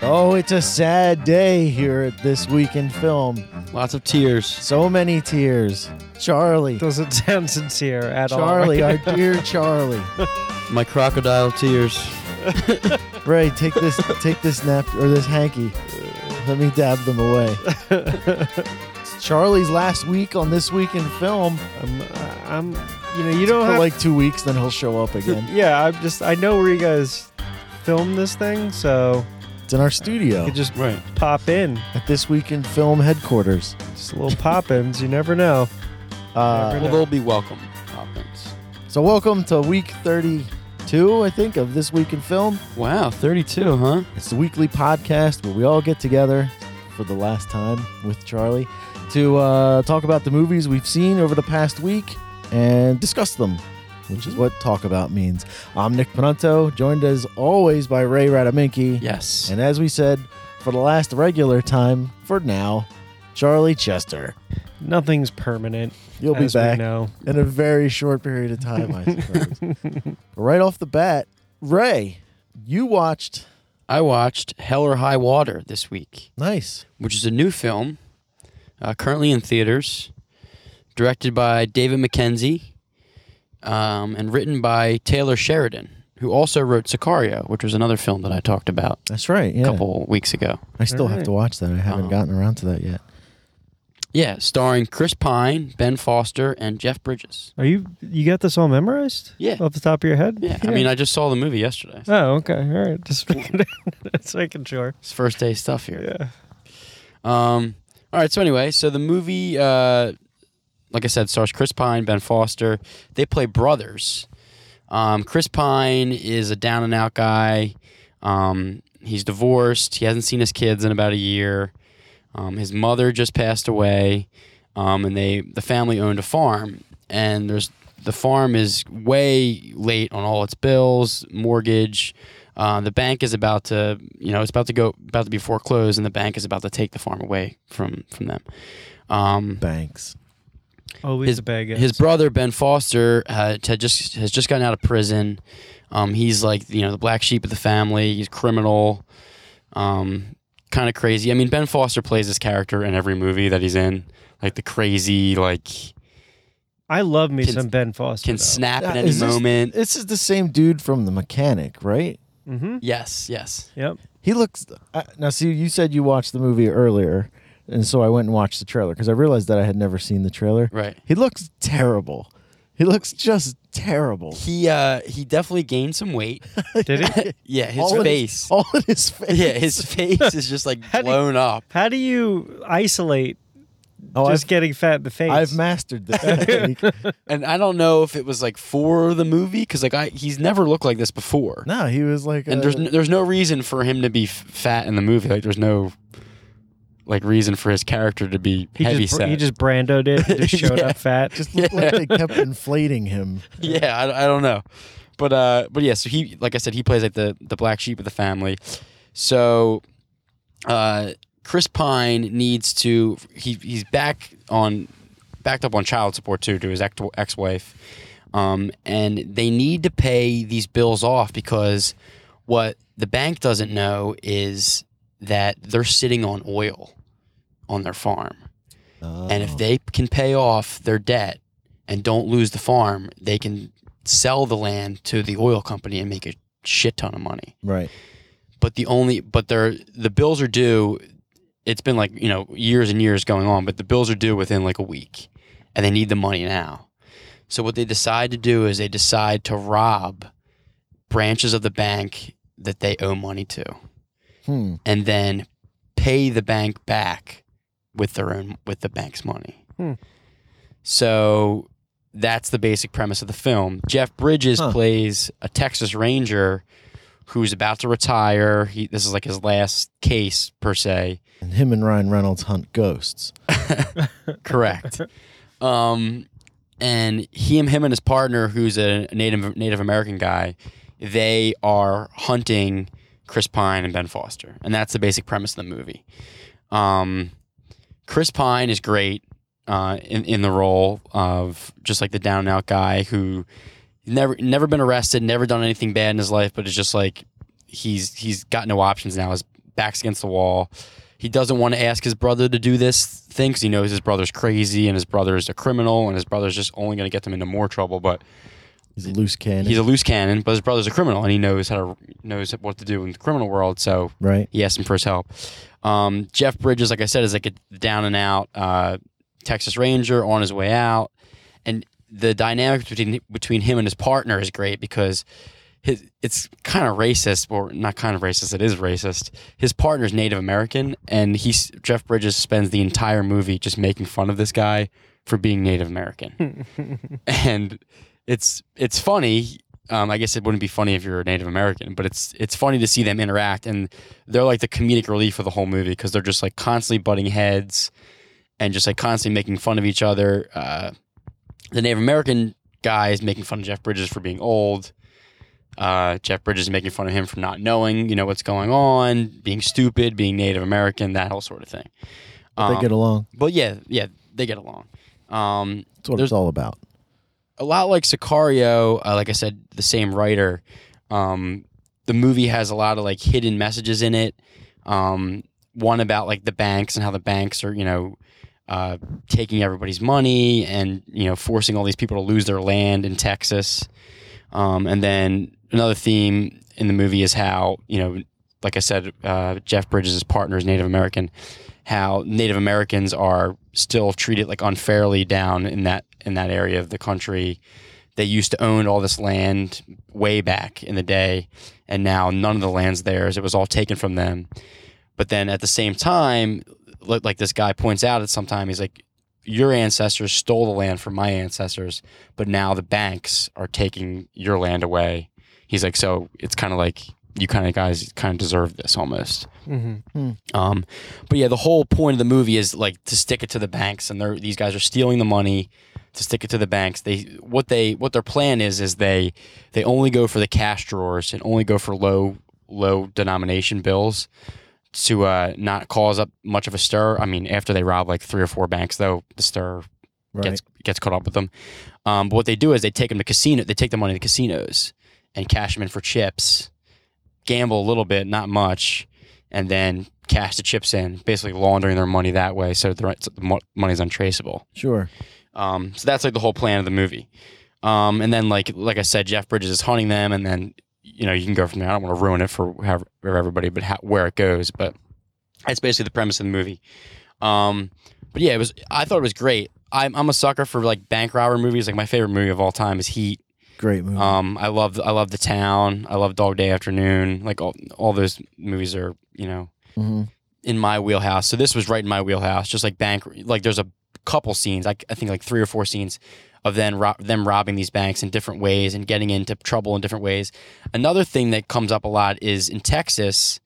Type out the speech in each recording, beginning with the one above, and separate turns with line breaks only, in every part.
Oh, it's a sad day here at this week in film.
Lots of tears.
So many tears. Charlie.
Doesn't sound sincere at all.
Charlie, our dear Charlie.
My crocodile tears.
Ray, take this take this nap or this hanky. Let me dab them away. It's Charlie's last week on this week in film
I'm, uh, I'm, you know, you don't
for
have
like two weeks, then he'll show up
to,
again.
Yeah, I'm just. I know where you guys film this thing, so
It's in our
Oh.
you
studio
could just
Right.
pop in,
at this week in film headquarters.
just little pop-ins. You never know.
Uh,
Well, they'll be welcome, Hopkins.
so welcome to week thirty-two, I think, of this week in film.
Wow, 32, huh?
It's the weekly podcast where we all get together for the last time with Charlie to uh, talk about the movies we've seen over the past week and discuss them, which
Mm-hmm.
is what talk about means. I'm Nick Panunto, joined as always by Ray Radaminki.
Yes.
And as we said, for the last regular time, for now, Charlie Chester.
Nothing's permanent.
You'll be
as we
back
know.
in a very short period of time, I suppose. right off the bat, Ray, you watched.
I watched Hell or High Water this week,
Nice.
which is a new film uh, currently in theaters, directed by David Mackenzie um, and written by Taylor Sheridan, who also wrote Sicario, which was another film that I talked about
That's right. Yeah.
a couple weeks ago.
I still have
right.
to watch that. I haven't
Oh.
gotten around to that yet.
Yeah, starring Chris Pine, Ben Foster, and Jeff Bridges.
Are you? You got this all memorized?
Yeah.
Off the top of your head?
Yeah, I mean, I just saw the movie yesterday.
Oh, okay. All right. Just just making sure.
It's first day stuff here.
Yeah.
Um, all right. So anyway, so the movie, uh, like I said, stars Chris Pine, Ben Foster. They play brothers. Um, Chris Pine is a down and out guy. Um, he's divorced. He hasn't seen his kids in about a year. Um, his mother just passed away, um, and they the family owned a farm. And there's the farm is way late on all its bills, mortgage. Uh, the bank is about to, you know, it's about to go about to be foreclosed, and the bank is about to take the farm away from from them. Um,
Banks.
Always
His-
a Oh, bag.
his brother Ben Foster uh, had just has just gotten out of prison. Um, he's like you know the black sheep of the family. He's criminal, um, kind of crazy. I mean Ben Foster plays his character in every movie that he's in, like the crazy like
I love me
can-
some Ben Foster.
can snap at
Uh,
any
is this-
moment.
This is the same dude from The Mechanic, right?
Mm-hmm.
yes, yes.
Yep.
He looks. Uh, now, see, you said you watched the movie earlier, and so I went and watched the trailer because I realized that I had never seen the trailer.
Right.
He looks terrible. He looks just terrible.
He uh he definitely gained some weight.
Did he?
Yeah, his
all
face.
In his, all in his face.
yeah, his face is just like
How do you-
blown up.
How do you isolate
Oh,
just
I've,
getting fat in the face?
I've mastered this technique.
And I don't know if it was like for the movie cuz like I he's never looked like this before.
no, he was like.
and
a-
uh,
there's n- there's no reason for him to be f- fat in the movie. Like there's no like reason for his character to be
he
heavy
just,
set.
He just brandoed it and just showed
Yeah.
up fat.
just looked like they kept inflating him.
yeah, I, I don't know, but uh, but yeah. So he like I said, he plays like the the black sheep of the family. So, uh, Chris Pine needs to he he's back on backed up on child support too to his ex wife, um, and they need to pay these bills off because what the bank doesn't know is that they're sitting on oil on their farm. And
Oh, Uh-huh.
if they can pay off their debt and don't lose the farm, they can sell the land to the oil company and make a shit ton of money.
Right.
But the only but they're the bills are due it's been like, you know, years and years going on, but the bills are due within like a week and they need the money now. So what they decide to do is they decide to rob branches of the bank that they owe money to
Hmm.
and then pay the bank back with their own with the bank's money.
Hmm.
So that's the basic premise of the film. Jeff Bridges
Huh.
plays a Texas Ranger who's about to retire. He, this is like his last case per se.
And him and Ryan Reynolds hunt ghosts.
Correct. um, and he and him and his partner, who's a Native Native American guy, they are hunting Chris Pine and Ben Foster, and that's the basic premise of the movie. Um, Chris Pine is great uh, in in the role of just like the down and out guy who never never been arrested, never done anything bad in his life, but it's just like he's he's got no options now. His backs against the wall. He doesn't want to ask his brother to do this thing because he knows his brother's crazy and his brother's a criminal and his brother's just only going to get them into more trouble. But
He's a loose cannon,
he's a loose cannon, but his brother's a criminal and he knows how to knows what to do in the criminal world. So
right?
he asked him for his help. Um, Jeff Bridges, like I said, is like a down and out uh, Texas Ranger on his way out, and the dynamic between between him and his partner is great because his it's kind of racist, or not kind of racist, it is racist. His partner's Native American, and he's Jeff Bridges spends the entire movie just making fun of this guy for being Native American, and it's it's funny. Um, I guess it wouldn't be funny if you're a Native American, but it's it's funny to see them interact, and they're like the comedic relief of the whole movie because they're just like constantly butting heads, and just like constantly making fun of each other. Uh, the Native American guy is making fun of Jeff Bridges for being old. Uh, Jeff Bridges is making fun of him for not knowing, you know, what's going on, being stupid, being Native American, that whole sort of thing. Um,
they get along.
but yeah, yeah, they get along. Um,
That's what
there's-
it's all about.
a lot like Sicario, uh, like I said, the same writer. Um, the movie has a lot of like hidden messages in it. Um, one about like the banks and how the banks are, you know, uh, taking everybody's money and you know forcing all these people to lose their land in Texas. Um, and then another theme in the movie is how you know, like I said, uh, Jeff Bridges' partner is Native American. How Native Americans are still treated like unfairly down in that in that area of the country. They used to own all this land way back in the day, and now none of the land's theirs. It was all taken from them. But then at the same time, li- like this guy points out at some time, he's like, "Your ancestors stole the land from my ancestors, but now the banks are taking your land away." He's like, "So it's kind of like you kind of guys kind of deserve this almost."
Mm-hmm.
Um, but yeah, the whole point of the movie is like to stick it to the banks, and they're these guys are stealing the money to stick it to the banks. They what they what their plan is is they they only go for the cash drawers and only go for low low denomination bills to uh, not cause up much of a stir. I mean, after they rob like three or four banks, though, the stir
Right.
gets gets caught up with them. Um, but what they do is they take them to casino. They take the money to casinos and cash them in for chips, gamble a little bit, not much, and then cash the chips in, basically laundering their money that way, so the, so the mo- money's untraceable.
sure.
Um, so that's like the whole plan of the movie. Um, and then like like I said, Jeff Bridges is hunting them, and then you know you can go from there. I don't want to ruin it for however, for everybody, but how, where it goes, but that's basically the premise of the movie. Um, but yeah, it was. I thought it was great. I'm, I'm a sucker for like bank robber movies. Like my favorite movie of all time is Heat.
Great movie.
Um, I love I love The Town. I love Dog Day Afternoon. Like all all those movies are you know
hmm
in my wheelhouse. So this was right in my wheelhouse. Just like bank, like there's a couple scenes, I, I think like three or four scenes of them ro- them robbing these banks in different ways and getting into trouble in different ways. Another thing that comes up a lot is in Texas,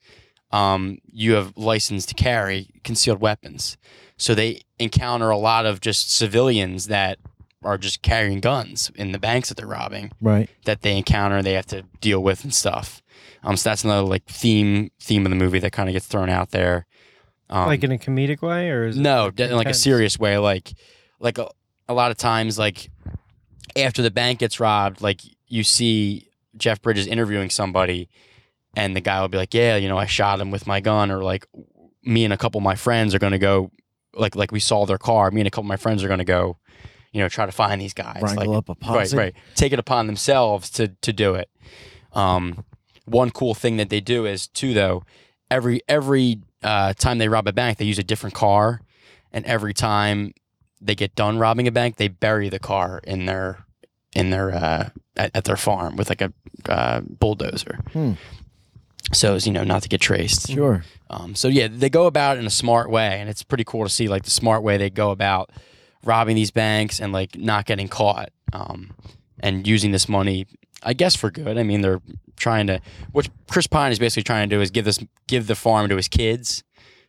um, you have license to carry concealed weapons, so they encounter a lot of just civilians that are just carrying guns in the banks that they're robbing
Right.
that they encounter they have to deal with and stuff. Um, so that's another like theme theme of the movie that kind of gets thrown out there. Um,
like in a comedic way, or is it
no, de- in like a
intense?
serious way. Like like a, a lot of times, like after the bank gets robbed, like you see Jeff Bridges interviewing somebody, and the guy will be like, "Yeah, you know, I shot him with my gun," or like me and a couple of my friends are gonna go. Like like we saw their car. Me and a couple of my friends are gonna go, you know, try to find these guys. Like,
Wrangle up a
right,
posse.
right. Take it upon themselves to to do it. Um, one cool thing that they do is too though, every every uh, time they rob a bank, they use a different car, and every time they get done robbing a bank, they bury the car in their in their uh, at, at their farm with like a uh, bulldozer.
Hmm.
So as you know, not to get traced.
Sure.
Um, so yeah, they go about it in a smart way, and it's pretty cool to see like the smart way they go about robbing these banks and like not getting caught, um, and using this money, I guess for good. I mean, they're trying to, what Chris Pine is basically trying to do is give this give the farm to his kids,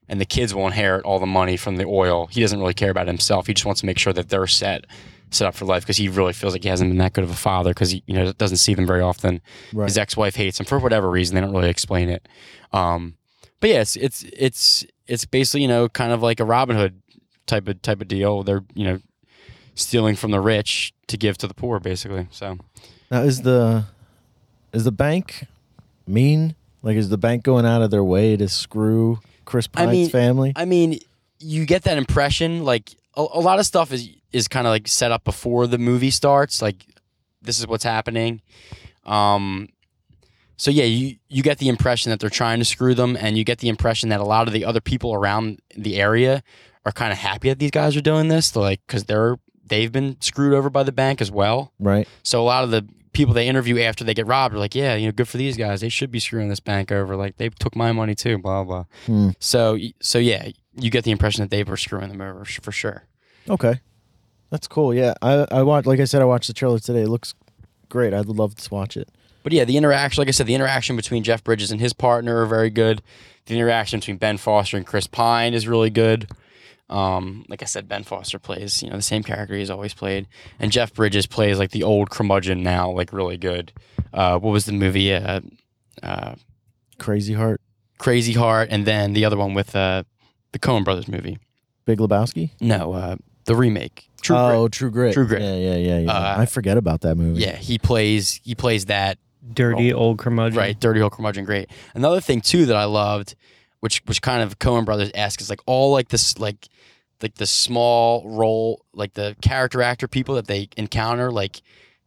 and the kids will inherit all the money from the oil. He doesn't really care about himself. He just wants to make sure that they're set set up for life because he really feels like he hasn't been that good of a father because he you know doesn't see them very often.
Right.
His ex-wife hates him for whatever reason. They don't really explain it. Um, but yeah, it's, it's it's it's basically you know kind of like a Robin Hood type of type of deal. They're you know stealing from the rich to give to the poor, basically. So
Now is the is the bank mean Like, is the bank going out of their way to screw Chris
I
Pine's
mean,
family?
I mean, you get that impression. Like a, a lot of stuff is is kind of like set up before the movie starts. Like this is what's happening. Um, so yeah, you you get the impression that they're trying to screw them, and you get the impression that a lot of the other people around the area are kind of happy that these guys are doing this. Like because they're they've been screwed over by the bank as well.
right.
So a lot of the people they interview after they get robbed are like, yeah, you know, good for these guys. They should be screwing this bank over. Like they took my money too. Blah blah.
Hmm.
So so yeah, you get the impression that they were screwing them over sh- for sure.
Okay. That's cool. Yeah. I, I watched, like I said, I watched the trailer today. It looks great. I'd love to watch it.
But yeah, the interaction, like I said, the interaction between Jeff Bridges and his partner are very good. The interaction between Ben Foster and Chris Pine is really good. Um, like I said, Ben Foster plays you know the same character he's always played, and Jeff Bridges plays like the old curmudgeon now, like really good. Uh, what was the movie? Uh, uh,
Crazy Heart,
Crazy Heart, and then the other one with uh, the Coen Brothers movie.
Big Lebowski.
No, uh, the remake. True Grit.
oh, True Grit.
True Grit.
Yeah, yeah, yeah. yeah.
Uh,
I forget about that movie.
Yeah, he plays he plays that
Dirty old curmudgeon.
Right, Dirty Old Curmudgeon, great. Another thing too that I loved, which which kind of Cohen Brothers esque is like all like this like like the small role like the character actor people that they encounter like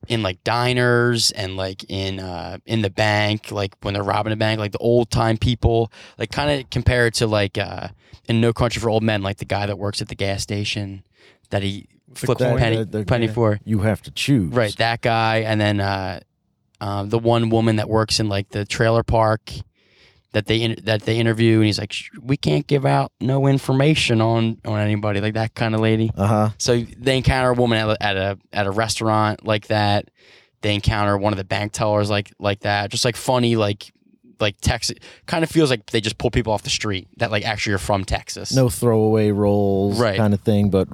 in like diners and like in uh in the bank like when they're robbing a bank like the old time people like kind of compare it to like uh in No Country for Old Men like the guy that works at the gas station that he flips a
coin,
penny
the- the-
penny
yeah.
for
You have to choose.
Right, that guy, and then uh, um, the one woman that works in like the trailer park that they in- that they interview, and he's like, "Sh- "We can't give out no information on on anybody," like that kind of lady.
Uh huh.
So they encounter a woman at, a- at a at a restaurant like that. They encounter one of the bank tellers like like that, just like funny like like Texas. Kind of feels like they just pull people off the street that like actually are from Texas.
No throwaway roles,
Right.
kind of thing, but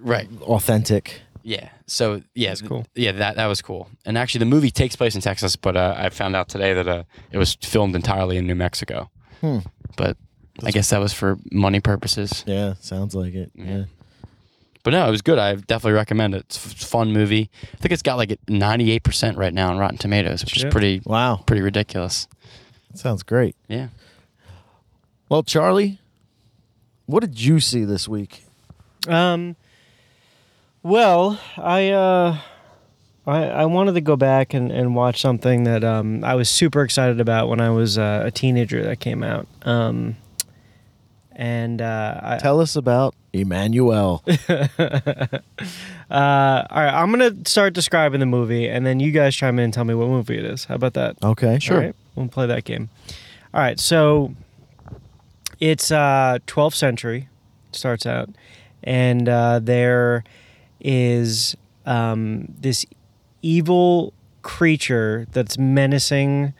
right.
authentic.
Yeah. So yeah,
That's
th-
cool.
yeah, that that was cool. And actually, the movie takes place in Texas, but uh, I found out today that uh, it was filmed entirely in New Mexico.
Hmm.
But I guess that was for money purposes.
Yeah, sounds like it.
Yeah.
Yeah.
But no, it was good. I definitely recommend it. It's a f- it's a fun movie. I think it's got like ninety eight percent right now on Rotten Tomatoes, which
Shit.
is pretty
Wow.
pretty ridiculous.
Sounds great.
Yeah.
Well, Charlie, what did you see this week?
Um. Well, I uh, I I wanted to go back and, and watch something that um I was super excited about when I was uh, a teenager that came out. Um. And uh, I,
Tell us about Emmanuel.
uh, all right, I'm gonna start describing the movie, and then you guys chime in and tell me what movie it is. How about that?
Okay.
All right, we'll play that game. All right, so it's uh, 12th century starts out, and uh, there is um, this evil creature that's menacing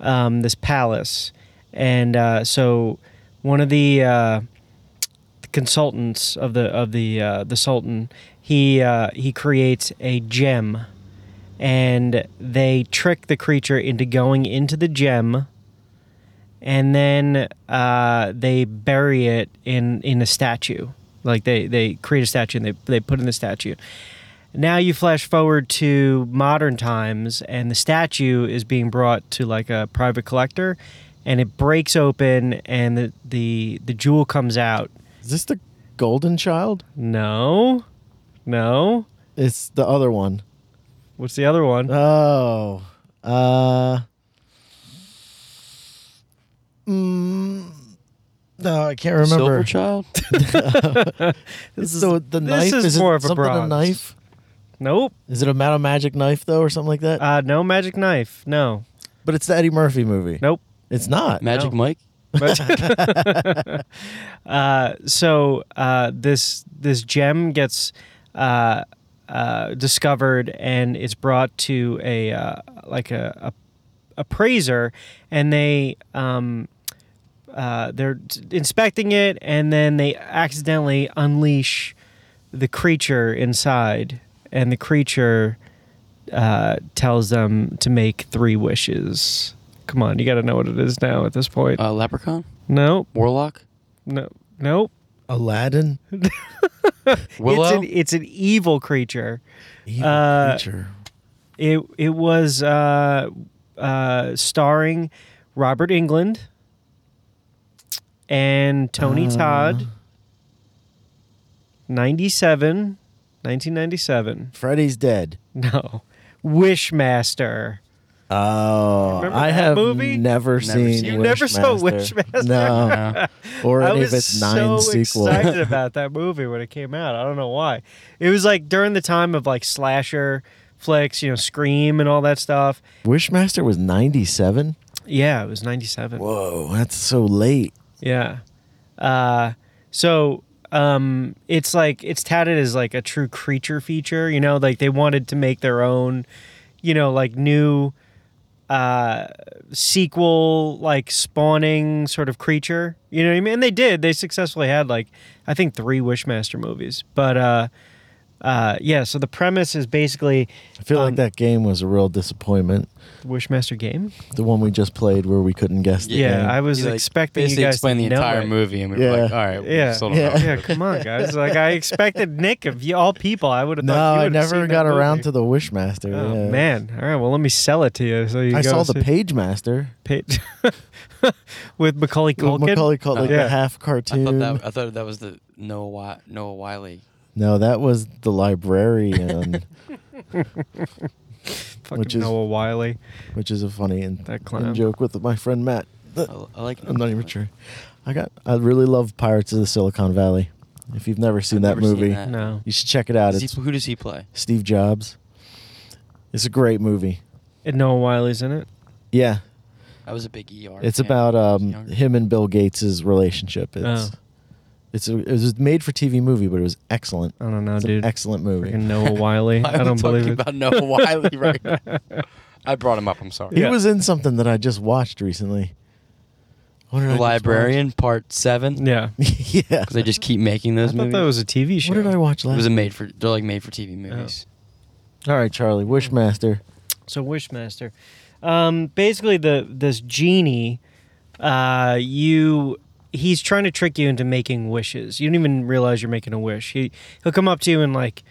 um, this palace, and uh, so one of the uh, consultants of the of the uh, the sultan he uh, he creates a gem and they trick the creature into going into the gem and then uh, they bury it in in a statue like they they create a statue and they, they put in the statue now you flash forward to modern times and the statue is being brought to like a private collector and it breaks open and the the, the jewel comes out
Is this the Golden Child?
no no
It's the other one.
what's the other one
Oh. Uh. Mm, no, I can't remember.
Silverchild.
This is so the knife.
this is
it
more of a
something
bronze.
knife?
nope
Is it a metal magic knife though, or something like that?
uh, no magic knife no
but it's the Eddie Murphy movie.
nope
it's not.
Magic
No.
Mike.
uh, so uh, this this gem gets uh, uh, discovered and it's brought to a uh, like a, a appraiser, and they um, uh, they're t- inspecting it, and then they accidentally unleash the creature inside, and the creature uh, tells them to make three wishes. Come on, you got to know what it is now at this point.
Uh, Leprechaun.
nope.
Warlock.
No, nope.
Aladdin.
Willow.
It's an, e, it's an evil creature.
Evil
Uh,
creature.
It it was uh, uh, starring Robert England and Tony
Uh.
Todd. 97, 1997.
Freddy's dead.
No. Wishmaster.
Oh,
Remember
I
that
have
movie?
never, seen.
seen
You never saw Wishmaster?
No,
Uh,
or
I
any
was
of its nine
so
sequels.
excited about that movie when it came out. I don't know why. It was like during the time of like slasher flicks, you know, Scream and all that stuff.
Wishmaster was ninety-seven.
Yeah, it was 97.
Whoa, that's so late.
Yeah. Uh, so um, it's like it's touted as like a true creature feature. You know, like they wanted to make their own, you know, like new uh, sequel, like spawning sort of creature. You know what I mean? And they did. They successfully had like I think three Wishmaster movies. But uh, uh, yeah, so the premise is basically
I feel
Um,
like that game was a real disappointment.
the Wishmaster game.
The one we just played where we couldn't guess the
Yeah,
game.
I was
he, like,
expecting you
basically
guys
explained
to
the
know
entire
it.
movie, and we were
Yeah.
like, all right, we
Yeah.
still don't
Yeah.
know.
yeah, come on, guys. Like I expected Nick of you, all people. I would have.
no,
thought you
I
would've
never
seen
got
that
around
movie.
to the Wishmaster.
Oh
yeah.
man! All right, well let me sell it to you. So you
I
go
saw the
see-
Page Master
pit with Macaulay Culkin.
with Macaulay Culkin, like
Oh, Yeah.
the half
I thought
cartoon.
that I thought that was the Noah Wi- Noah Wiley.
no, that was the librarian,
Fucking
which is-
Noah Wiley.
which is a funny and,
That
and
clown.
joke with my friend Matt.
I, I like.
I'm not even sure. I got. I really love Pirates of the Silicon Valley. If you've never seen that
never seen
movie,
that.
No,
you should check it out.
Does he-
It's
who does he play?
Steve Jobs. It's a great movie.
and Noah Wiley's in it.
Yeah,
I was a big ER.
it's
fan
about
when I was
um,
younger.
him and Bill Gates' relationship. It's
Oh.
it's a, it was a made for TV movie, but it was excellent.
Oh,
I don't know,
It's
dude.
an excellent movie.
Freaking Noah Wiley.
Why are
I
we
don't believe
talking
it.
about Noah Wiley right now? I brought him up. I'm sorry.
He
Yeah.
was in something that I just watched recently. What did
The
I just
Librarian Part Seven.
yeah,
watch? yeah.
Because they just keep making those
I thought
movies.
that was a TV show.
What did I watch
it
last?
was a made for. They're like made for TV movies.
All right, Charlie. Wishmaster.
So Wishmaster, um, basically the this genie, uh, you he's trying to trick you into making wishes. You don't even realize you're making a wish. He he'll come up to you and like,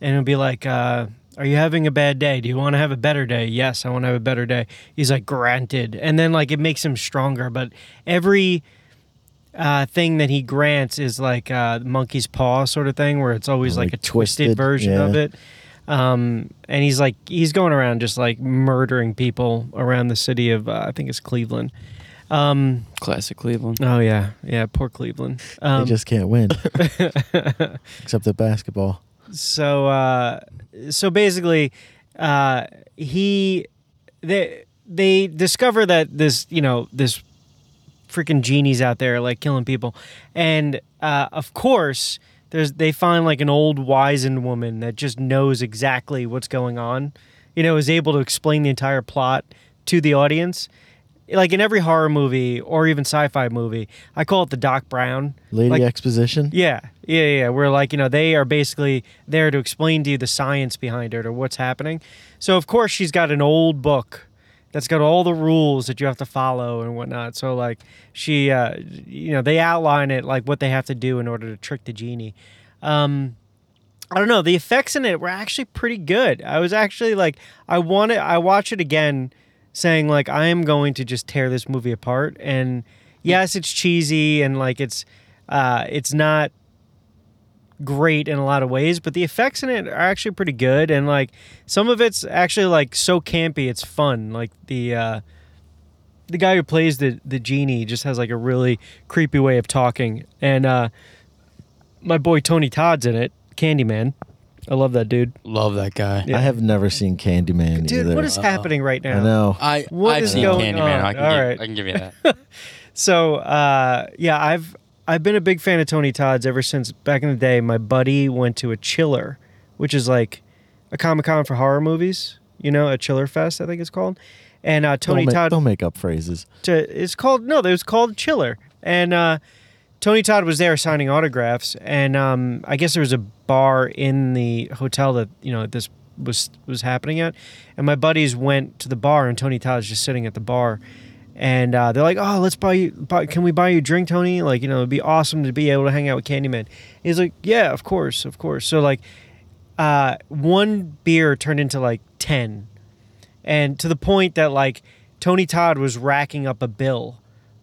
and he'll be like, uh, "Are you having a bad day? Do you want to have a better day?" Yes, I want to have a better day. He's like, "Granted," and then like it makes him stronger. But every uh, thing that he grants is like uh, monkey's paw sort of thing, where it's always
Like
like, a twisted,
twisted,
version of
yeah.
it. Um, and he's like, he's going around just like murdering people around the city of, uh, I think it's Cleveland. Um,
Classic Cleveland.
oh yeah, yeah, poor Cleveland. Um,
they just can't win, except at basketball.
so uh, so basically, uh, he they they discover that this you know this freaking genies out there like killing people, and uh, of course there's they find like an old wizened woman that just knows exactly what's going on, you know, is able to explain the entire plot to the audience. Like in every horror movie or even sci-fi movie, I call it the Doc Brown.
Lady
Like,
exposition.
yeah, yeah, yeah. Where like you know they are basically there to explain to you the science behind it or what's happening. So of course she's got an old book that's got all the rules that you have to follow and whatnot. So like she, uh, you know, they outline it like what they have to do in order to trick the genie. Um, I don't know. The effects in it were actually pretty good. I was actually like, I wanted, I watch it again, saying like, I am going to just tear this movie apart. And yes, it's cheesy and like it's, uh, it's not great in a lot of ways, but the effects in it are actually pretty good. And like some of it's actually like so campy, it's fun. Like the uh, the guy who plays the the genie just has like a really creepy way of talking. And uh, my boy Tony Todd's in it, Candyman. I love that dude.
Love that guy.
Yeah.
I have never seen Candyman
Dude,
either.
what is Uh, happening right
I
now?
know.
I
What
I've
is
seen
going
Candyman.
on?
I can
All
give,
right.
I can give you that.
So uh, yeah, I've I've been a big fan of Tony Todd's ever since back in the day. My buddy went to a chiller, which is like a comic con for horror movies. You know, a chiller fest, I think it's called. And uh, Tony
don't, make,
Todd
don't make up phrases.
to it's called no, it was called Chiller. And uh, Tony Todd was there signing autographs, and um, I guess there was a bar in the hotel that you know this was was happening at, and my buddies went to the bar, and Tony Todd's just sitting at the bar. And uh, they're like, "Oh, let's buy you. Buy, can we buy you a drink, Tony? Like, you know, it'd be awesome to be able to hang out with Candyman." He's like, "Yeah, of course, of course." So like, uh, one beer turned into like ten, and to the point that like Tony Todd was racking up a bill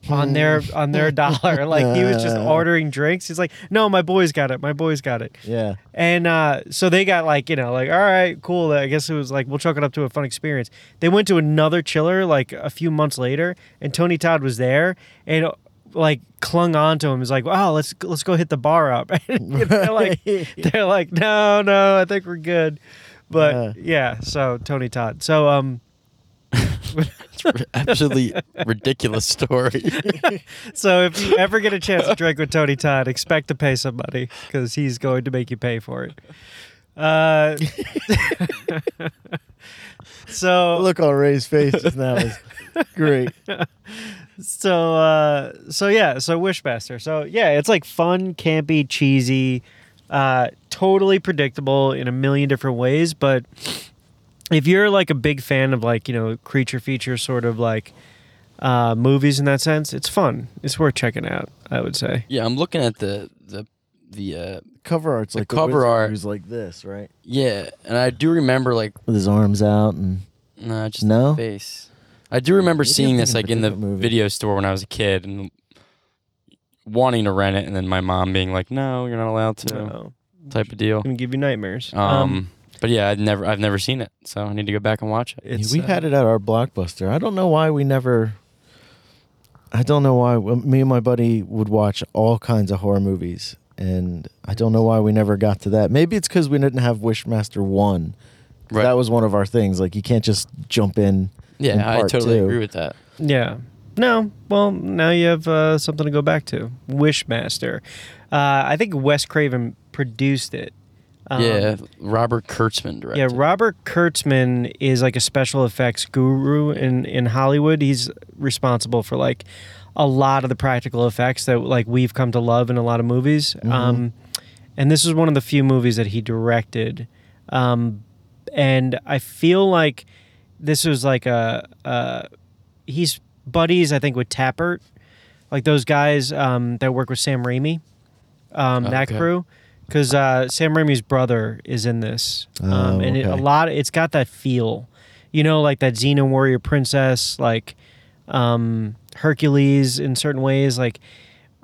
on their on their dollar. Like he was just ordering drinks. He's like, "No, my boy's got it. My boy's got it."
Yeah.
And uh, so they got like, you know, like, all right, cool. I guess it was like, we'll chalk it up to a fun experience. They went to another chiller like a few months later, and Tony Todd was there and uh, like clung on to him. He's like, wow, let's let's go hit the bar up. And, you know, they're like, they're like, no, no, I think we're good.
Yeah.
But yeah, so Tony Todd. So um,
Absolutely ridiculous story.
so if you ever get a chance to drink with Tony Todd, expect to pay some money because he's going to make you pay for it. Uh, so
The look on Ray's face just now is great.
so uh so yeah so wishmaster so yeah it's like fun campy cheesy uh totally predictable in a million different ways but if you're like a big fan of like you know creature feature sort of like uh movies in that sense it's fun it's worth checking out i would say
Yeah, I'm looking at the the the uh,
Cover art's like the
cover
wizard
art.
who's like this, right?
yeah, and I do remember like
With his arms out and
nah, just
No?
the face. I do remember
Maybe I'm
seeing this
thinking of a
like in the
different movie.
video store when I was a kid and wanting to rent it, and then my mom being like, "No, you're not allowed to,"
so
type of deal.
gonna give you nightmares
Um, but yeah, I've never I've never seen it, so I need to go back and watch it.
it's
we
uh,
had it at our blockbuster. I don't know why we never. I don't know why well, me and my buddy would watch all kinds of horror movies, and I don't know why we never got to that. Maybe it's because we didn't have Wishmaster One. 'Cause
Right.
That was one of our things. Like you can't just jump in. in
Yeah, I
part
totally
two.
agree with that.
Yeah. No. Well, now you have uh, something to go back to. Wishmaster. Uh, I think Wes Craven produced it. Um,
yeah, Robert Kurtzman directed.
Yeah, Robert Kurtzman is like a special effects guru in, in Hollywood. He's responsible for like a lot of the practical effects that like we've come to love in a lot of movies. Um, and this is one of the few movies that he directed. Um, and I feel like this was like a, a he's buddies I think with Tappert, like those guys um, that work with Sam Raimi, um, that
Okay.
crew. Because uh, Sam Raimi's brother is in this, um,
Oh,
and it, a
okay.
lot. It's got that feel, you know, like that Xena warrior princess, like um, Hercules in certain ways. Like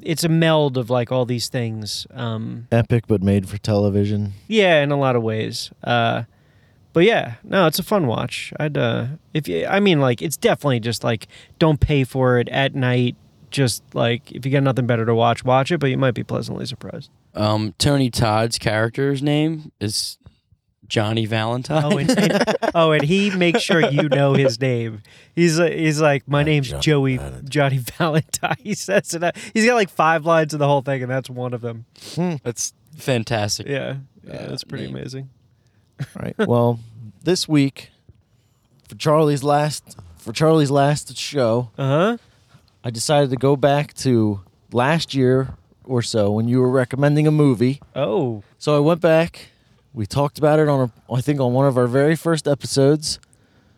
it's a meld of like all these things. Um,
Epic, but made for television.
yeah, in a lot of ways. Uh, but yeah, no, it's a fun watch. I'd uh, if you, I mean, like it's definitely just like don't pay for it at night. Just like if you got nothing better to watch, watch it. But you might be pleasantly surprised.
Um, Tony Todd's character's name is Johnny Valentine.
Oh, and, and- oh, and he makes sure you know his name. He's like- he's like, my name's
Johnny
Joey
Valentine."
Johnny Valentine. He says it. out- He's got like five lines in the whole thing, and that's one of them.
That's fantastic.
Yeah, yeah,
Uh,
that's pretty
name.
amazing.
All right. Well, this week for Charlie's last for Charlie's last show,
Uh huh.
I decided to go back to last year or so when you were recommending a movie.
Oh,
So I went back. We talked about it on a, I think on one of our very first episodes,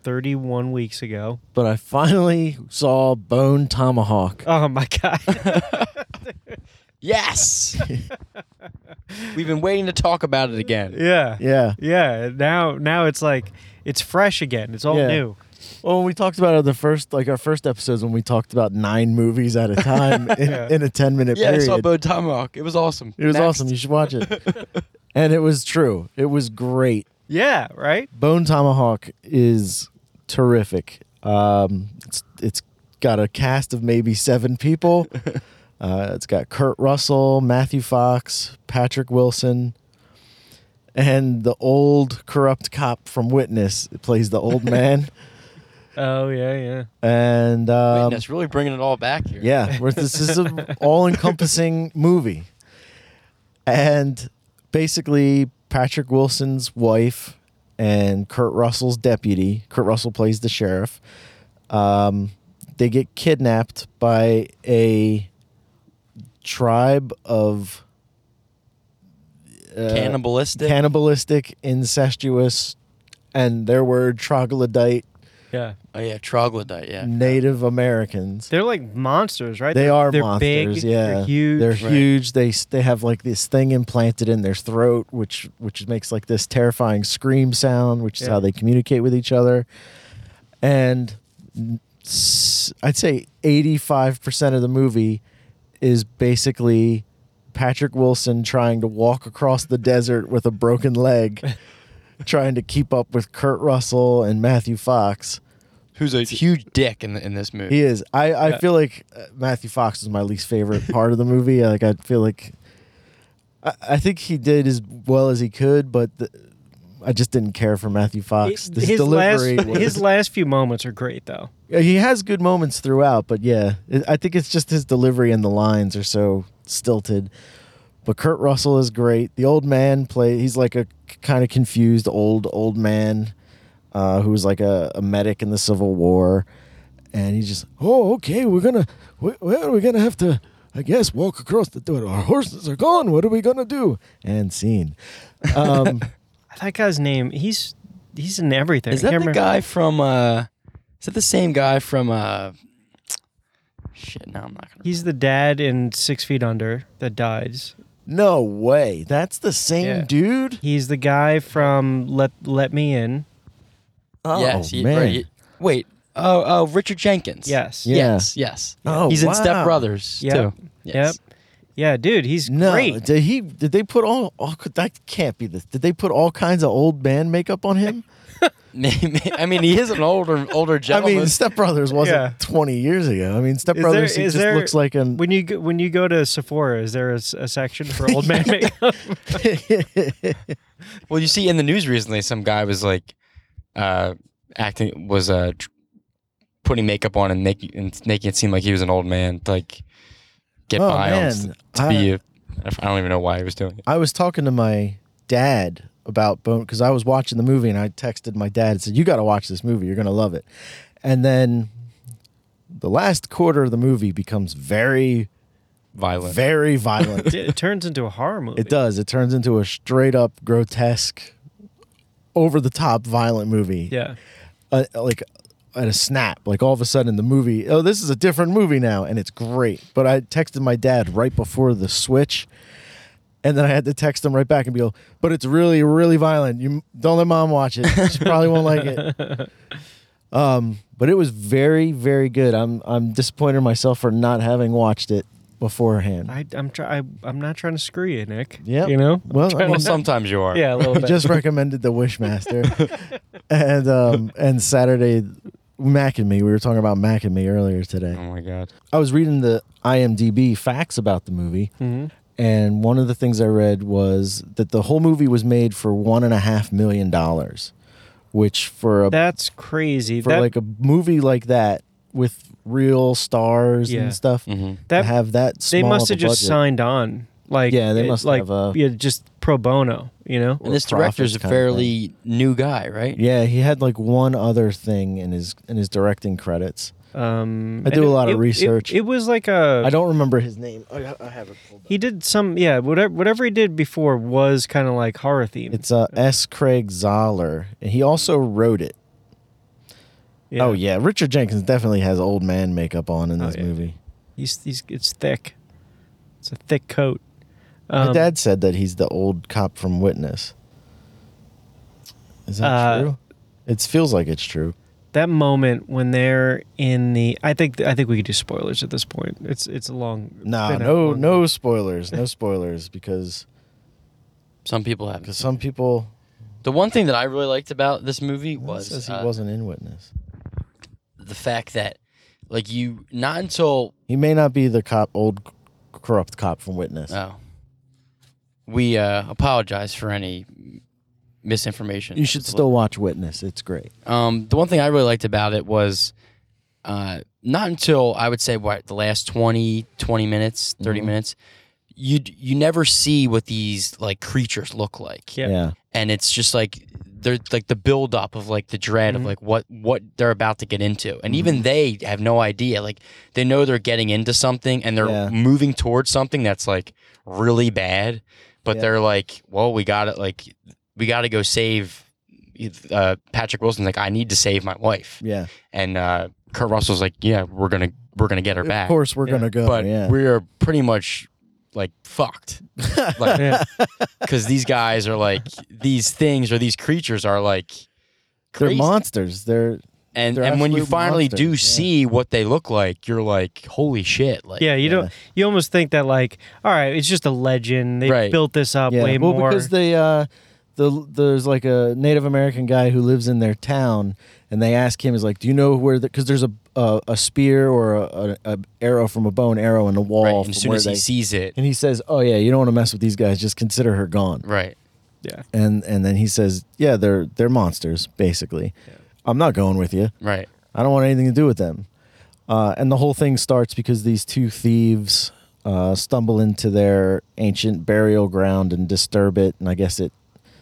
31 weeks ago.
but I finally saw Bone Tomahawk.
Oh my god.
Yes. We've been waiting to talk about it again.
yeah.
Yeah.
Yeah, now now it's like it's fresh again. It's all
Yeah.
new.
Well, when we talked about it on the first like our first episodes when we talked about nine movies at a time in,
Yeah.
in a 10 minute
Yeah, I
period.
saw Bo Tomahawk. It was awesome.
it was
Next.
awesome. You should watch it. and it was true. It was great.
Yeah, right?
Bone Tomahawk is terrific. Um, it's it's got a cast of maybe seven people. uh, it's got Kurt Russell, Matthew Fox, Patrick Wilson, and the old corrupt cop from Witness plays the old man.
Oh yeah, yeah.
and
Wait,
um,
that's really bringing it all back here.
yeah, where this is an all encompassing movie. And basically, Patrick Wilson's wife and Kurt Russell's deputy, Kurt Russell plays the sheriff, um, they get kidnapped by a tribe of uh,
Cannibalistic.
cannibalistic, incestuous, and their word, troglodyte
Yeah.
oh yeah, troglodyte. Yeah.
Native Americans.
They're like monsters, right?
They
They're-
are
they're
monsters.
Big,
yeah,
They're huge.
They're
Right.
huge. They s- they have like this thing implanted in their throat, which which makes like this terrifying scream sound, which is
Yeah.
how they communicate with each other. And n- s- I'd say 85% of the movie is basically Patrick Wilson trying to walk across the desert with a broken leg, trying to keep up with Kurt Russell and Matthew Fox.
Who's a huge dick in the, in this movie?
He is. I, I
Yeah.
feel like uh, Matthew Fox is my least favorite part of the movie. Like I feel like I, I think he did as well as he could, but the, I just didn't care for Matthew Fox. This
his
delivery,
last
was,
his last few moments are great though.
Yeah, he has good moments throughout, but yeah, it, I think it's just his delivery and the lines are so stilted. But Kurt Russell is great. The old man play. He's like a kind of confused old old man uh, who was like a, a medic in the Civil War, and he just oh okay, we're gonna we, well we're gonna have to I guess walk across the door. Our horses are gone. What are we gonna do? And scene. Um,
That guy's name he's he's in everything.
Is
I
that the
can't remember-
guy from? uh Is that the same guy from? uh Shit, no, I'm not gonna.
He's the dad in Six Feet Under that dies.
no way. That's the same
Yeah.
dude.
He's the guy from Let Let Me In.
Oh
yes, he-
man.
right, he- wait. Oh, oh, Richard Jenkins.
Yes.
Yeah.
Yes. Yes.
Oh,
he's in
wow.
Step Brothers
Yep.
too. Yes.
Yep. Yeah, dude, he's
No,
great.
did he? Did they put all, all? That can't be this. Did they put all kinds of old man makeup on him?
I mean, he is an older older
I
gentleman.
mean, Step Brothers wasn't
Yeah.
twenty years ago. I mean, Step
Is
Brothers
there-
he
is
just
there-
looks like an.
When you go, when you go to Sephora, is there a, s- a section for old man makeup?
well, you see, in the news recently, some guy was like uh acting was uh tr- putting makeup on and making and making it seem like he was an old man. To, like get
Oh,
by
man.
on s- to be. a- I don't even know why he was doing it.
I was talking to my dad about Bone because I was watching the movie and I texted my dad and said, "You got to watch this movie. You're gonna love it." And then the last quarter of the movie becomes very,
Violent.
very violent.
it turns into a horror movie.
It does. It turns into a straight up grotesque, over the top violent movie.
Yeah.
Uh, like at a snap. Like all of a sudden, the movie. Oh, this is a different movie now, and it's great. But I texted my dad right before the switch, and then I had to text him right back and be like, "But it's really, really violent. You don't let mom watch it. She probably won't like it." Um, but it was very, very good. I'm I'm disappointed in myself for not having watched it beforehand.
I, I'm try, I, I'm not trying to screw you, Nick.
Yep.
You know.
Well, I
Well,
mean,
sometimes you are.
Yeah, a little
He
bit.
just recommended the Wishmaster, and um, and Saturday, Mac and me. We were talking about Mac and me earlier
Oh
today.
Mm.
my god.
I was reading the IMDb facts about the movie,
Mhm.
and one of the things I read was that the whole movie was made for one and a half million dollars, which for a
That's crazy.
for
that
like a movie like that with real stars
Yeah.
and stuff,
hmm
to
that
have that
they
small
must
of
have
a
just
budget.
signed on. Like
Yeah, they
it-
must
like
have, uh,
yeah, just pro bono. You know.
or
And this
profits
director's a
kind of thing.
fairly new guy, right?
Yeah, he had like one other thing in his in his directing credits.
Um,
I do
and
a lot of
it- it-
research.
It, was like a.
I don't remember his name. I, I have it pulled up.
He did some yeah whatever whatever he did before was kind of like horror themed.
It's uh, S. Craig Zoller, and he also wrote it.
Yeah.
Oh yeah, Richard Jenkins definitely has old man makeup on in
Oh,
this
yeah.
movie.
He's he's it's thick. It's a thick coat. Um,
My dad said that he's the old cop from Witness. Is that
Uh,
true? It feels like it's true.
That moment when they're in the I think I think we could do spoilers at this point. It's it's a long
Nah,
been a
no,
long-
no spoilers, no spoilers, because
Some people have.
because some people
The one thing that I really liked about this movie
Who
was
says
uh,
he wasn't in Witness.
the fact that, like, you not until
He may not be the cop, old c- corrupt cop from Witness.
oh, we uh, apologize for any misinformation.
you should still watch Witness. It's great.
Um, the one thing I really liked about it was uh, not until I would say what the last 20, 20 minutes, 30
Mm-hmm.
minutes, you you never see what these like creatures look like.
Yeah.
Yeah.
and it's just like they're like the buildup of like the dread
Mm-hmm.
of like what what they're about to get into and even they have no idea like they know they're getting into something and they're
Yeah.
moving towards something that's like really bad but
Yeah.
they're like well we gotta like we gotta go save uh, patrick wilson's like i need to save my wife
Yeah.
and uh kurt russell's like yeah we're gonna we're gonna get her
Of
back
course, we're
Yeah.
gonna go.
but
yeah.
we're pretty much like fucked like
Yeah.
because these guys are like these things or these creatures are like
They're
crazy.
monsters. They're
and
They're
and when you
absolute
finally do
monsters, yeah.
see what they look like, you're like, holy shit! Like,
yeah, you don't. You almost think that like, all right, it's just a legend. They
Right.
built this up
yeah.
way
well,
more.
because they uh, the there's like a Native American guy who lives in their town, and they ask him is like, do you know where? Because there's a, a a spear or a, a, a arrow from a bow and arrow in the wall.
Right, and
from
as soon
where
as he
they-
sees it,
and he says, oh yeah, you don't want to mess with these guys. Just consider her gone.
right?
yeah,
And and then he says, yeah, they're they're monsters basically. I'm not going with you.
Right.
I don't want anything to do with them. Uh, and the whole thing starts because these two thieves uh, stumble into their ancient burial ground and disturb it. And I guess it,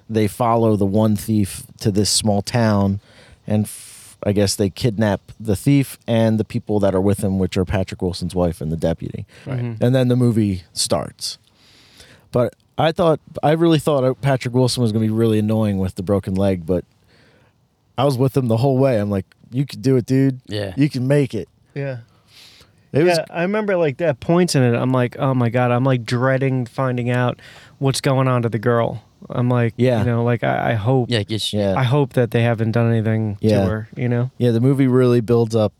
they follow the one thief to this small town, and f- I guess they kidnap the thief and the people that are with him, which are Patrick Wilson's wife and the deputy.
Right.
And then the movie starts. But I thought, I really thought uh, Patrick Wilson was going to be really annoying with the broken leg, but I was with him the whole way. I'm like, you can do it, dude.
Yeah.
You can make it.
yeah.
It was
yeah, I remember like at points in it, I'm like, oh my god, I'm like dreading finding out what's going on to the girl. I'm like,
Yeah.
you know, like I, I hope,
Yeah. It gets you.
yeah.
I hope that they haven't done anything
Yeah.
to her, you know.
yeah, the movie really builds up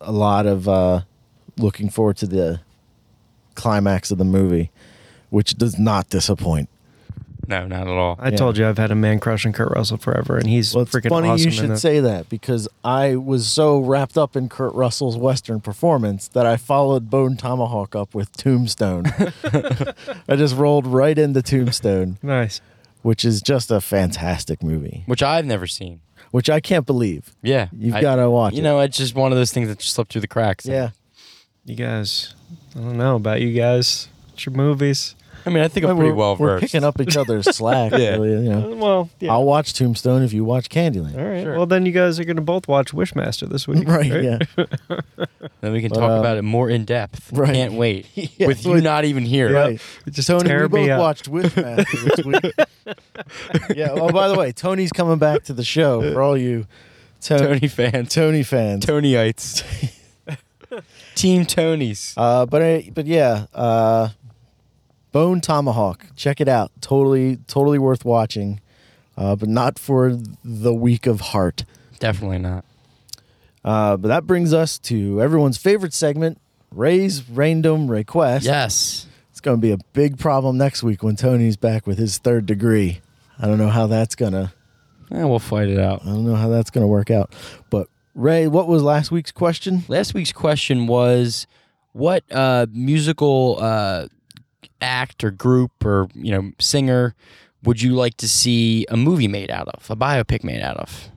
a lot of uh looking forward to the climax of the movie, which does not disappoint.
No, not at all.
I
Yeah.
told you I've had a man crush on Kurt Russell forever, and he's
Well, it's
freaking
funny
awesome.
you
in
should
this.
say that because I was so wrapped up in Kurt Russell's Western performance that I followed Bone Tomahawk up with Tombstone. I just rolled right into Tombstone,
nice.
which is just a fantastic movie,
Which I've never seen.
which I can't believe.
Yeah.
You've
I-
got to watch
You
it.
know, it's just one of those things that just slipped through the cracks.
yeah.
You guys, I don't know about you guys. It's your movies.
I mean, I think I'm
Well,
pretty
we're,
well
we're
versed.
picking up each other's slack.
Yeah.
really, you know.
Uh, Well, yeah.
I'll watch Tombstone if you watch
All
Candyland.
right.
Sure.
Well, then you guys are going to both watch Wishmaster this week,
Right, yeah.
Then we can
But,
talk
um,
about it more in depth.
right.
Can't wait.
Yeah.
With you not even here.
Right.
Just
Tony,
tear
we both
me up.
watched Wishmaster this week. yeah. Oh, by the way, Tony's coming back to the show for all you Tony
Tony fans.
Tony fans.
Tonyites. Team Tonys.
Uh, but I, but yeah, uh, Bone Tomahawk. Check it out. Totally, totally worth watching. Uh, but not for the weak of heart.
Definitely not.
Uh, but that brings us to everyone's favorite segment, Ray's Random Request.
Yes.
It's going to be a big problem next week when Tony's back with his third degree. I don't know how that's going to
Eh, we'll fight it out.
I don't know how that's going to work out. But Ray, what was last week's question?
Last week's question was what uh, musical uh, act or group or you know singer would you like to see a movie made out of? A biopic made out of?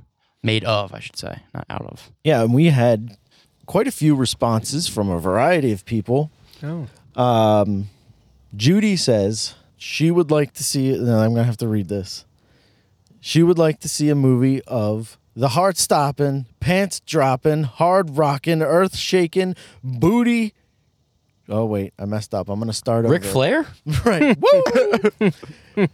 Made of, I should say, not out of.
Yeah, and we had quite a few responses from a variety of people.
Oh.
Um, Judy says she would like to see. No, I'm going to have to read this. She would like to see a movie of the heart stopping, pants dropping, hard rocking, earth shaking, booty. Oh wait, I messed up. I'm going to start over.
Ric Flair?
Right. Woo!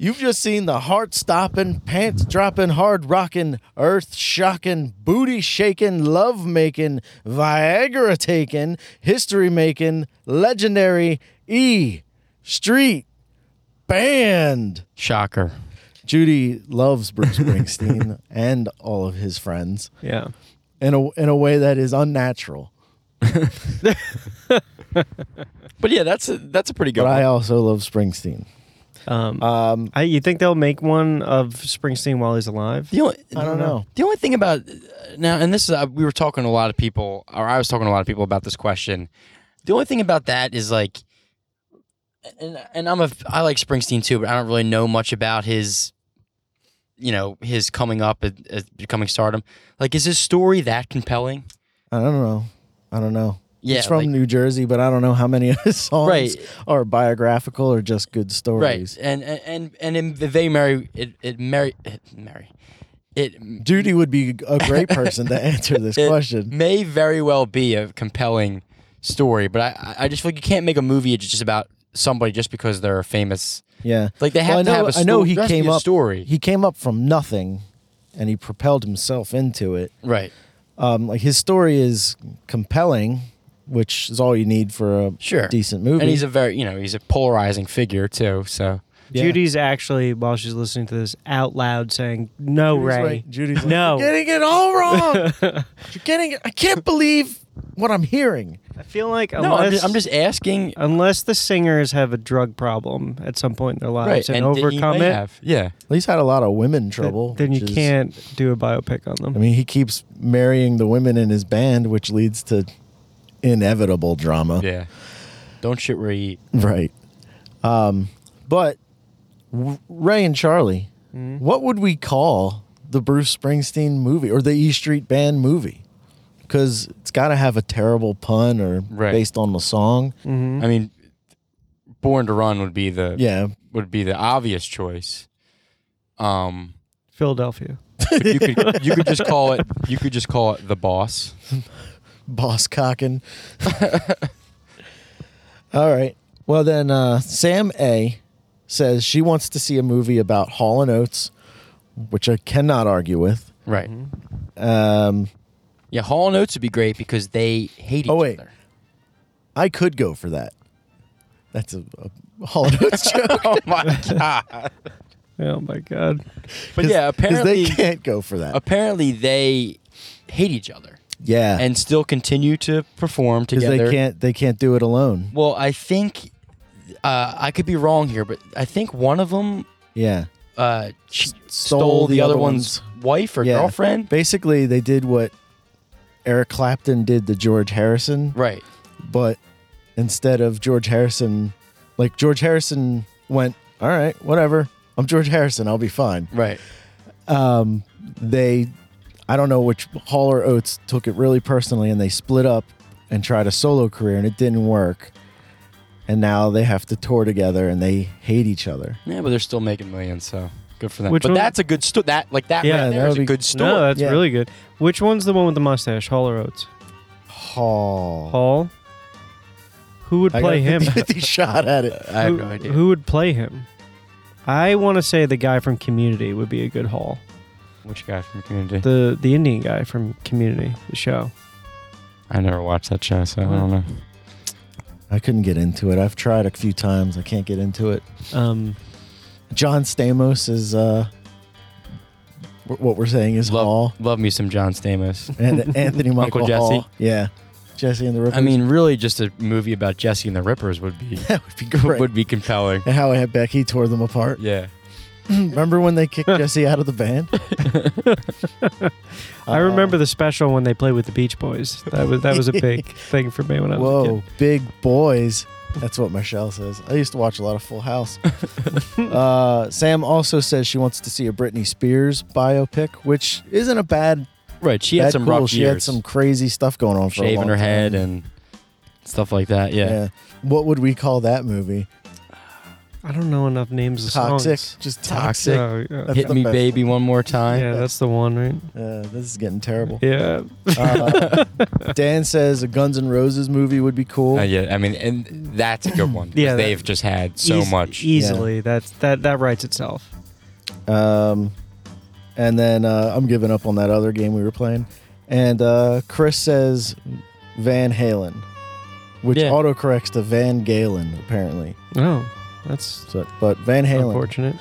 You've just seen the heart stopping, pants dropping, hard rocking, earth shocking, booty shaking, love making, Viagra taking, history making, legendary E Street Band.
Shocker.
Judy loves Bruce Springsteen and all of his friends
Yeah.
in a, in a way that is unnatural.
But yeah, that's a, that's a pretty good
But I
one.
also love Springsteen.
Um,
Um,
I, you think they'll make one of Springsteen while he's alive?
The only,
I don't know.
The only thing about now, and this is uh, we were talking to a lot of people, or I was talking to a lot of people about this question. The only thing about that is like, and and I'm a I like Springsteen too, but I don't really know much about his, you know, his coming up as, as becoming stardom. Like, is his story that compelling?
I don't know. I don't know.
Yeah,
He's from
like-
New Jersey, but I don't know how many of his songs
Right.
are biographical or just good
right?
stories.
And and and, and in they marry it, it marry it marry it
Judy would be a great person to answer this
it
question.
may very well be a compelling story, but I, I just feel like you can't make a movie just about somebody just because they're famous.
Yeah.
Like, they have
I
to
know,
have a
I know
sto-
he
there has to
came
be a
up
story.
He came up from nothing and he propelled himself into it.
Right.
Um, like his story is compelling, which is all you need for a
Sure.
decent movie.
And he's a very, you know, he's a polarizing figure too. So
Yeah.
Judy's actually, while she's listening to this, out loud saying, "No,
Judy's
Ray,
right. Judy's like,
no."
You're getting it all wrong. You're getting it. I can't believe what I'm hearing.
I feel like
No, I'm
unless
just, I'm just asking.
unless the singers have a drug problem at some point in their lives
Right,
and,
and he
overcome
may
it,
have. Yeah.
Lee's had a lot of women
th-
trouble.
then you
which is-
can't do a biopic on them.
I mean, he keeps marrying the women in his band, which leads to inevitable drama.
Yeah. Don't shit where you eat.
Right. Um, but w- Ray and Charlie,
Mm-hmm.
what would we call the Bruce Springsteen movie or the E Street Band movie? Because it's got to have a terrible pun or
Right.
based on the song.
I mean, Born to Run would be the
Mm-hmm. Yeah.
would be the obvious choice. Um,
Philadelphia.
but you could you could just call it you could just call it the boss.
boss cocking. All right. Well, then uh, Sam A says she wants to see a movie about Hall and Oates, which I cannot argue with.
Right.
Um,
Yeah, Hall and Oates would be great because they hate each
Oh, wait.
other.
I could go for that. That's a, a Hall and Oates joke.
Oh my god.
Oh my god.
But yeah,
'Cause
apparently
they can't go for that.
apparently they hate each other
yeah,
and still continue to perform
because
together.
they can't they can't do it alone.
Well, I think uh, I could be wrong here, but I think one of them
Yeah,
uh, ch- stole,
the
the,
other
other one's, wife or
Yeah.
girlfriend.
basically they did what Eric Clapton did to George Harrison,
Right.
but instead of George Harrison, like George Harrison went, all right, whatever. I'm George Harrison. I'll be fine.
Right.
Um, they, I don't know which Hall or Oates took it really personally, and they split up and tried a solo career, and it didn't work. And now they have to tour together, and they hate each other.
Yeah, but they're still making millions, so good for them.
Which
but
one-
that's a good story. That like that.
Yeah,
right
that
there is
would
a
be-
good story.
No, that's
Yeah.
really good. Which one's the one with the mustache? Hall or Oates?
Hall.
Hall. Who would
I
play him?
50 shot at it.
I have
who,
no idea.
who would play him? I want to say the guy from Community would be a good haul.
Which guy from Community?
The the Indian guy from Community, the show.
I never watched that show, so I
don't
don't know.
I couldn't get into it. I've tried a few times. I can't get into it.
Um,
John Stamos is uh, wh- what we're saying is
Love,
Hall.
love me some John Stamos.
and Anthony Michael
Uncle Jesse.
Hall. Yeah, Jesse and the Rippers.
I mean, really, just a movie about Jesse and the Rippers would be
that would be great.
would be compelling.
and how I had Becky tore them apart.
Yeah.
Remember when they kicked Jesse out of the band? Uh,
I remember the special when they played with the Beach Boys. That was that was a big thing for me when I was a
Whoa,
kid.
big boys. That's what Michelle says. I used to watch a lot of Full House. uh, Sam also says she wants to see a Britney Spears biopic, which isn't a bad.
Right. She
bad
had some
cool.
rough
She
years.
had some crazy stuff going on for a long
shaving her
time.
head and stuff like that. Yeah.
What would we call that movie?
I don't know enough names of
Toxic.
songs.
Just
Toxic.
toxic.
Oh, yeah.
That's
Hit
the
me,
best.
baby, one more time.
yeah, that's the one, right?
Uh, this is getting terrible.
Yeah.
Uh, Dan says a Guns N' Roses movie would be cool.
Uh, yeah, I mean, and that's a good one. 'cause
Yeah, that-
they've just had so
Eas-
much.
Easily. That's that that writes itself.
Um, and then uh, I'm giving up on that other game we were playing. And uh, Chris says Van Halen, which
Yeah.
autocorrects to Van Galen apparently.
Oh. That's
So, but Van Halen,
unfortunate.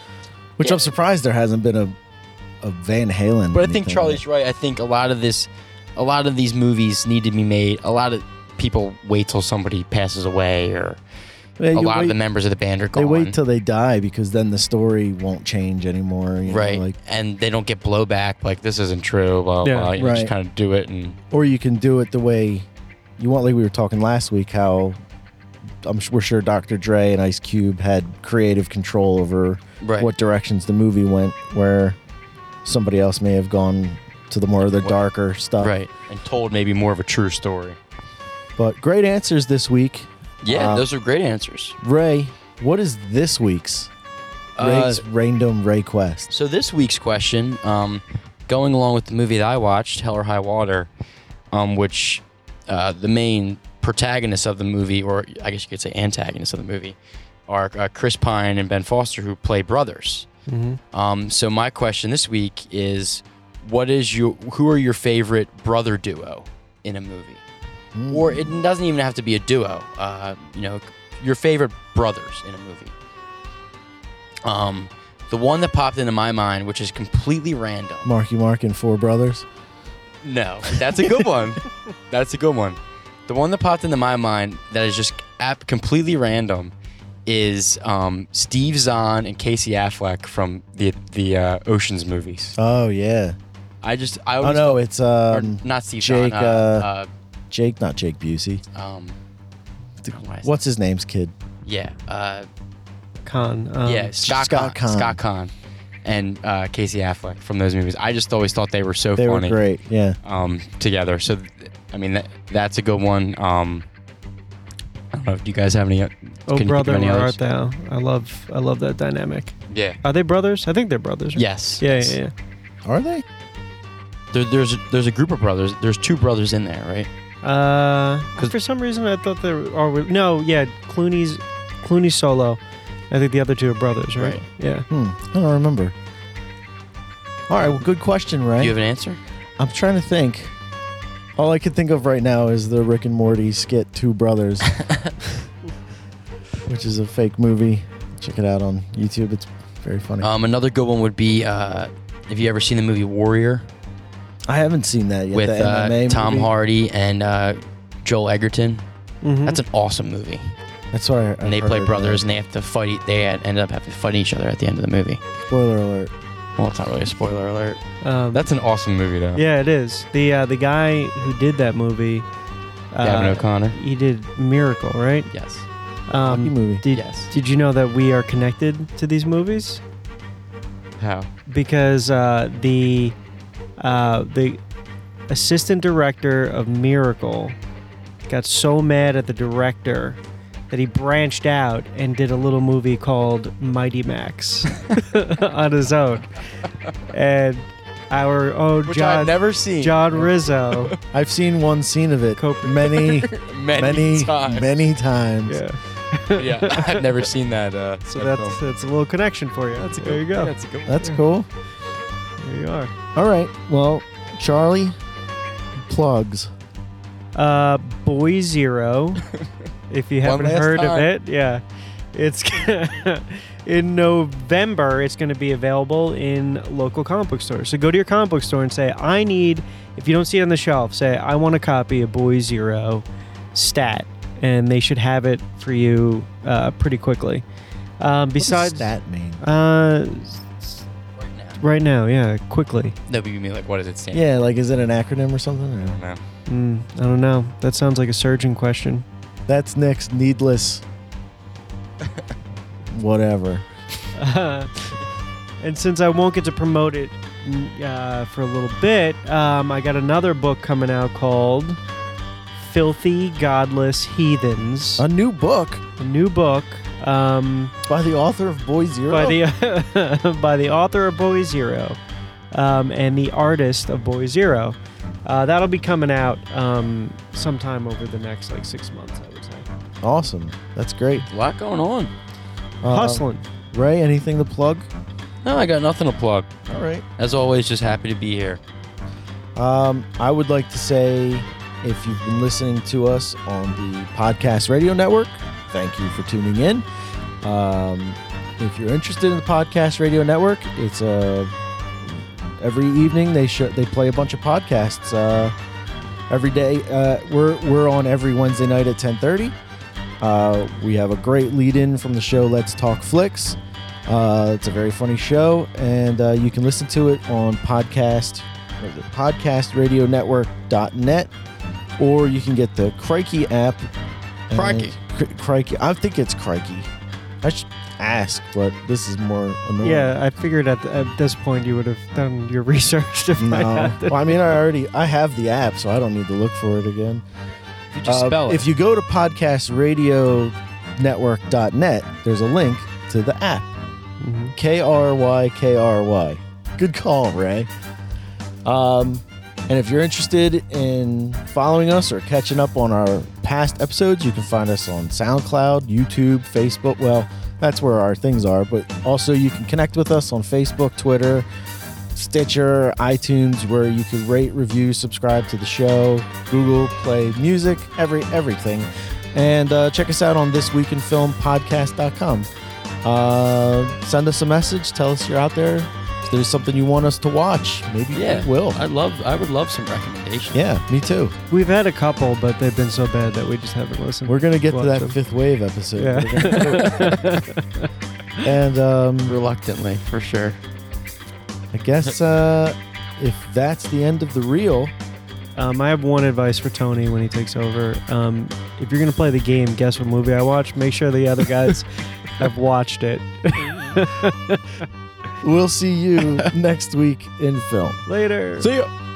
which
Yeah.
I'm surprised there hasn't been a a Van Halen.
But I think
anything.
Charlie's right. I think a lot of this, a lot of these movies need to be made. A lot of people wait till somebody passes away, or
Yeah,
a
you
lot
wait-
of the members of the band are gone.
They wait till they die because then the story won't change anymore. you know,
right,
like,
and they don't get blowback. Like this isn't true. Blah
Yeah.
blah. blah. You know,
Right.
just kind of do it, and
or you can do it the way you want like we were talking last week how I'm, s- we're sure dr dre and ice cube had creative control over
Right.
what directions the movie went where somebody else may have gone to the more of the
What-
darker stuff
right, and told maybe more of a true story.
but great answers this week
Yeah,
Uh,
those are great answers.
ray what is this week's
Uh,
Ray's random ray quest
So this week's question, um, going along with the movie that I watched, Hell or High Water, um, which uh, the main protagonist of the movie, or I guess you could say antagonist of the movie, are uh, Chris Pine and Ben Foster, who play brothers.
Mm-hmm.
Um, so my question this week is, what is your, who are your favorite brother duo in a movie? Or it doesn't even have to be a duo. Uh, you know, your favorite brothers in a movie. Um, the one that popped into my mind, which is completely random.
Marky Mark and Four Brothers.
No, that's a good one. That's a good one. The one that popped into my mind that is just app completely random is um, Steve Zahn and Casey Affleck from the the uh, Ocean's movies.
Oh yeah.
I just I
Oh
always
no, it's
or
um,
not Steve
Jake,
Zahn. Uh,
Jake, not Jake Busey.
uh, um, what?
What's his name's kid?
Yeah, uh,
Con. Um,
yeah, Scott,
Scott
Conn,
Conn.
Scott Conn, and uh, Casey Affleck from those movies. I just always thought they were so
They
funny.
were great. Yeah.
um, together. So, th- I mean, that, that's a good one. Um, I don't know. Do you guys have any? o-
Oh
can you
brother,
think of any
where
others?
art thou? I love I love that dynamic.
Yeah.
Are they brothers? I think they're brothers. right?
Yes.
Yeah,
yes.
yeah, yeah.
Are they?
There, there's a, there's a group of brothers. There's two brothers in there, right?
Uh,
'Cause-
for some reason, I thought they were. Or, no, yeah, Clooney's Clooney solo. I think the other two are brothers, right?
Right.
Yeah.
Hmm. I don't remember. All right. Well, good question,
Do you
right?
have an answer?
I'm trying to think. All I can think of right now is the Rick and Morty skit Two Brothers, which is a fake movie. Check it out on YouTube. It's very funny.
Um, another good one would be uh, have you ever seen the movie Warrior
I haven't seen that yet.
with
the MMA
uh, Tom
movie. Mm-hmm.
Hardy and uh, Joel Egerton?
Mhm.
That's an awesome movie.
That's why I,
And they play brothers, and they have to fight. e, They end up having to fight each other at the end of the movie.
Spoiler alert.
Well, it's not really a spoiler alert.
um,
That's an awesome movie, though.
yeah, it is. The uh, the guy who did that movie.
Gavin
uh,
O'Connor.
he did Miracle, right?
Yes.
Rocky
Um,
movie.
did
yes.
Did you know that we are connected to these movies?
How?
because uh, the uh, the assistant director of Miracle got so mad at the director that he branched out and did a little movie called Mighty Max on his own, and our oh
Which
John
I've never seen.
John Rizzo,
I've seen one scene of it
Cope-
many,
many,
many,
times.
many times.
yeah.
yeah, I've never seen that. Uh,
So
that
that's
film.
that's a little connection for you. That's there you go.
That's a good one.
That's cool.
there you are.
All right. Well, Charlie, plugs.
Uh, Boy Zero, if you
One
haven't
last
heard of
time.
it, yeah, it's in November. It's going to be available in local comic book stores. So go to your comic book store and say, "I need." If you don't see it on the shelf, say, "I want a copy of Boy Zero stat," and they should have it for you uh, pretty quickly. Um,
Besides
besides,
that mean?
uh, right now, yeah, quickly.
No, but you mean like what does it stand?
Yeah, like is it an acronym or something?
I
Or-
don't know.
Mm, I don't know. That sounds like a surgeon question.
That's next. Needless. Whatever.
Uh, and since I won't get to promote it mm, uh, for a little bit, um, I got another book coming out called Filthy Godless Heathens.
A new book
A new book um,
by the author of Boy Zero.
by, the, by the author of Boy Zero um, and the artist of Boy Zero. Uh, that'll be coming out um, sometime over the next like six months, I would say.
awesome. That's great.
A lot going on.
Uh,
Hustling.
Ray, anything to plug?
No, I got nothing to plug.
All right.
As always, just happy to be here.
Um, I would like to say if you've been listening to us on the Podcast Radio Network, thank you for tuning in. Um, if you're interested in the Podcast Radio Network, it's a every evening they show they play a bunch of podcasts. Uh, every day uh, we're we're on every Wednesday night at 10:30. Uh, we have a great lead-in from the show Let's Talk Flicks. Uh, it's a very funny show, and uh, you can listen to it on podcast what is it, podcastradionetwork.net, or you can get the Crikey app. and-
Crikey.
Cri- Crikey. I think it's Crikey. I should ask, but this is more annoying.
Yeah, I figured at, at this point you would have done your research to find
No.
out. that-
well, I mean, I already I have the app, so I don't need to look for it again.
If you just
Uh,
spell it.
If you go to podcastradionetwork.net, there's a link to the app.
Mhm.
K R Y K R Y. Good call, Ray. Um, and if you're interested in following us or catching up on our past episodes, you can find us on SoundCloud, YouTube, Facebook. Well, that's where our things are, but also you can connect with us on Facebook, Twitter, Stitcher, iTunes, where you can rate, review, subscribe to the show, Google Play Music, every everything. And uh, check us out on thisweekinfilmpodcast.com. Uh, send us a message. Tell us you're out there. If there's something you want us to watch, maybe
Yeah,
we will.
I love. I would love some recommendations.
yeah, me too.
We've had a couple, but they've been so bad that we just haven't listened.
We're gonna get to
Watch
that
them.
fifth wave episode.
Yeah.
We're gonna do it. and um,
reluctantly for sure.
I guess uh, if that's the end of the reel,
Um, I have one advice for Tony when he takes over. Um, if you're gonna play the game, guess what movie I watched. Make sure the other guys have watched it.
we'll see you next week in film.
Later.
See ya.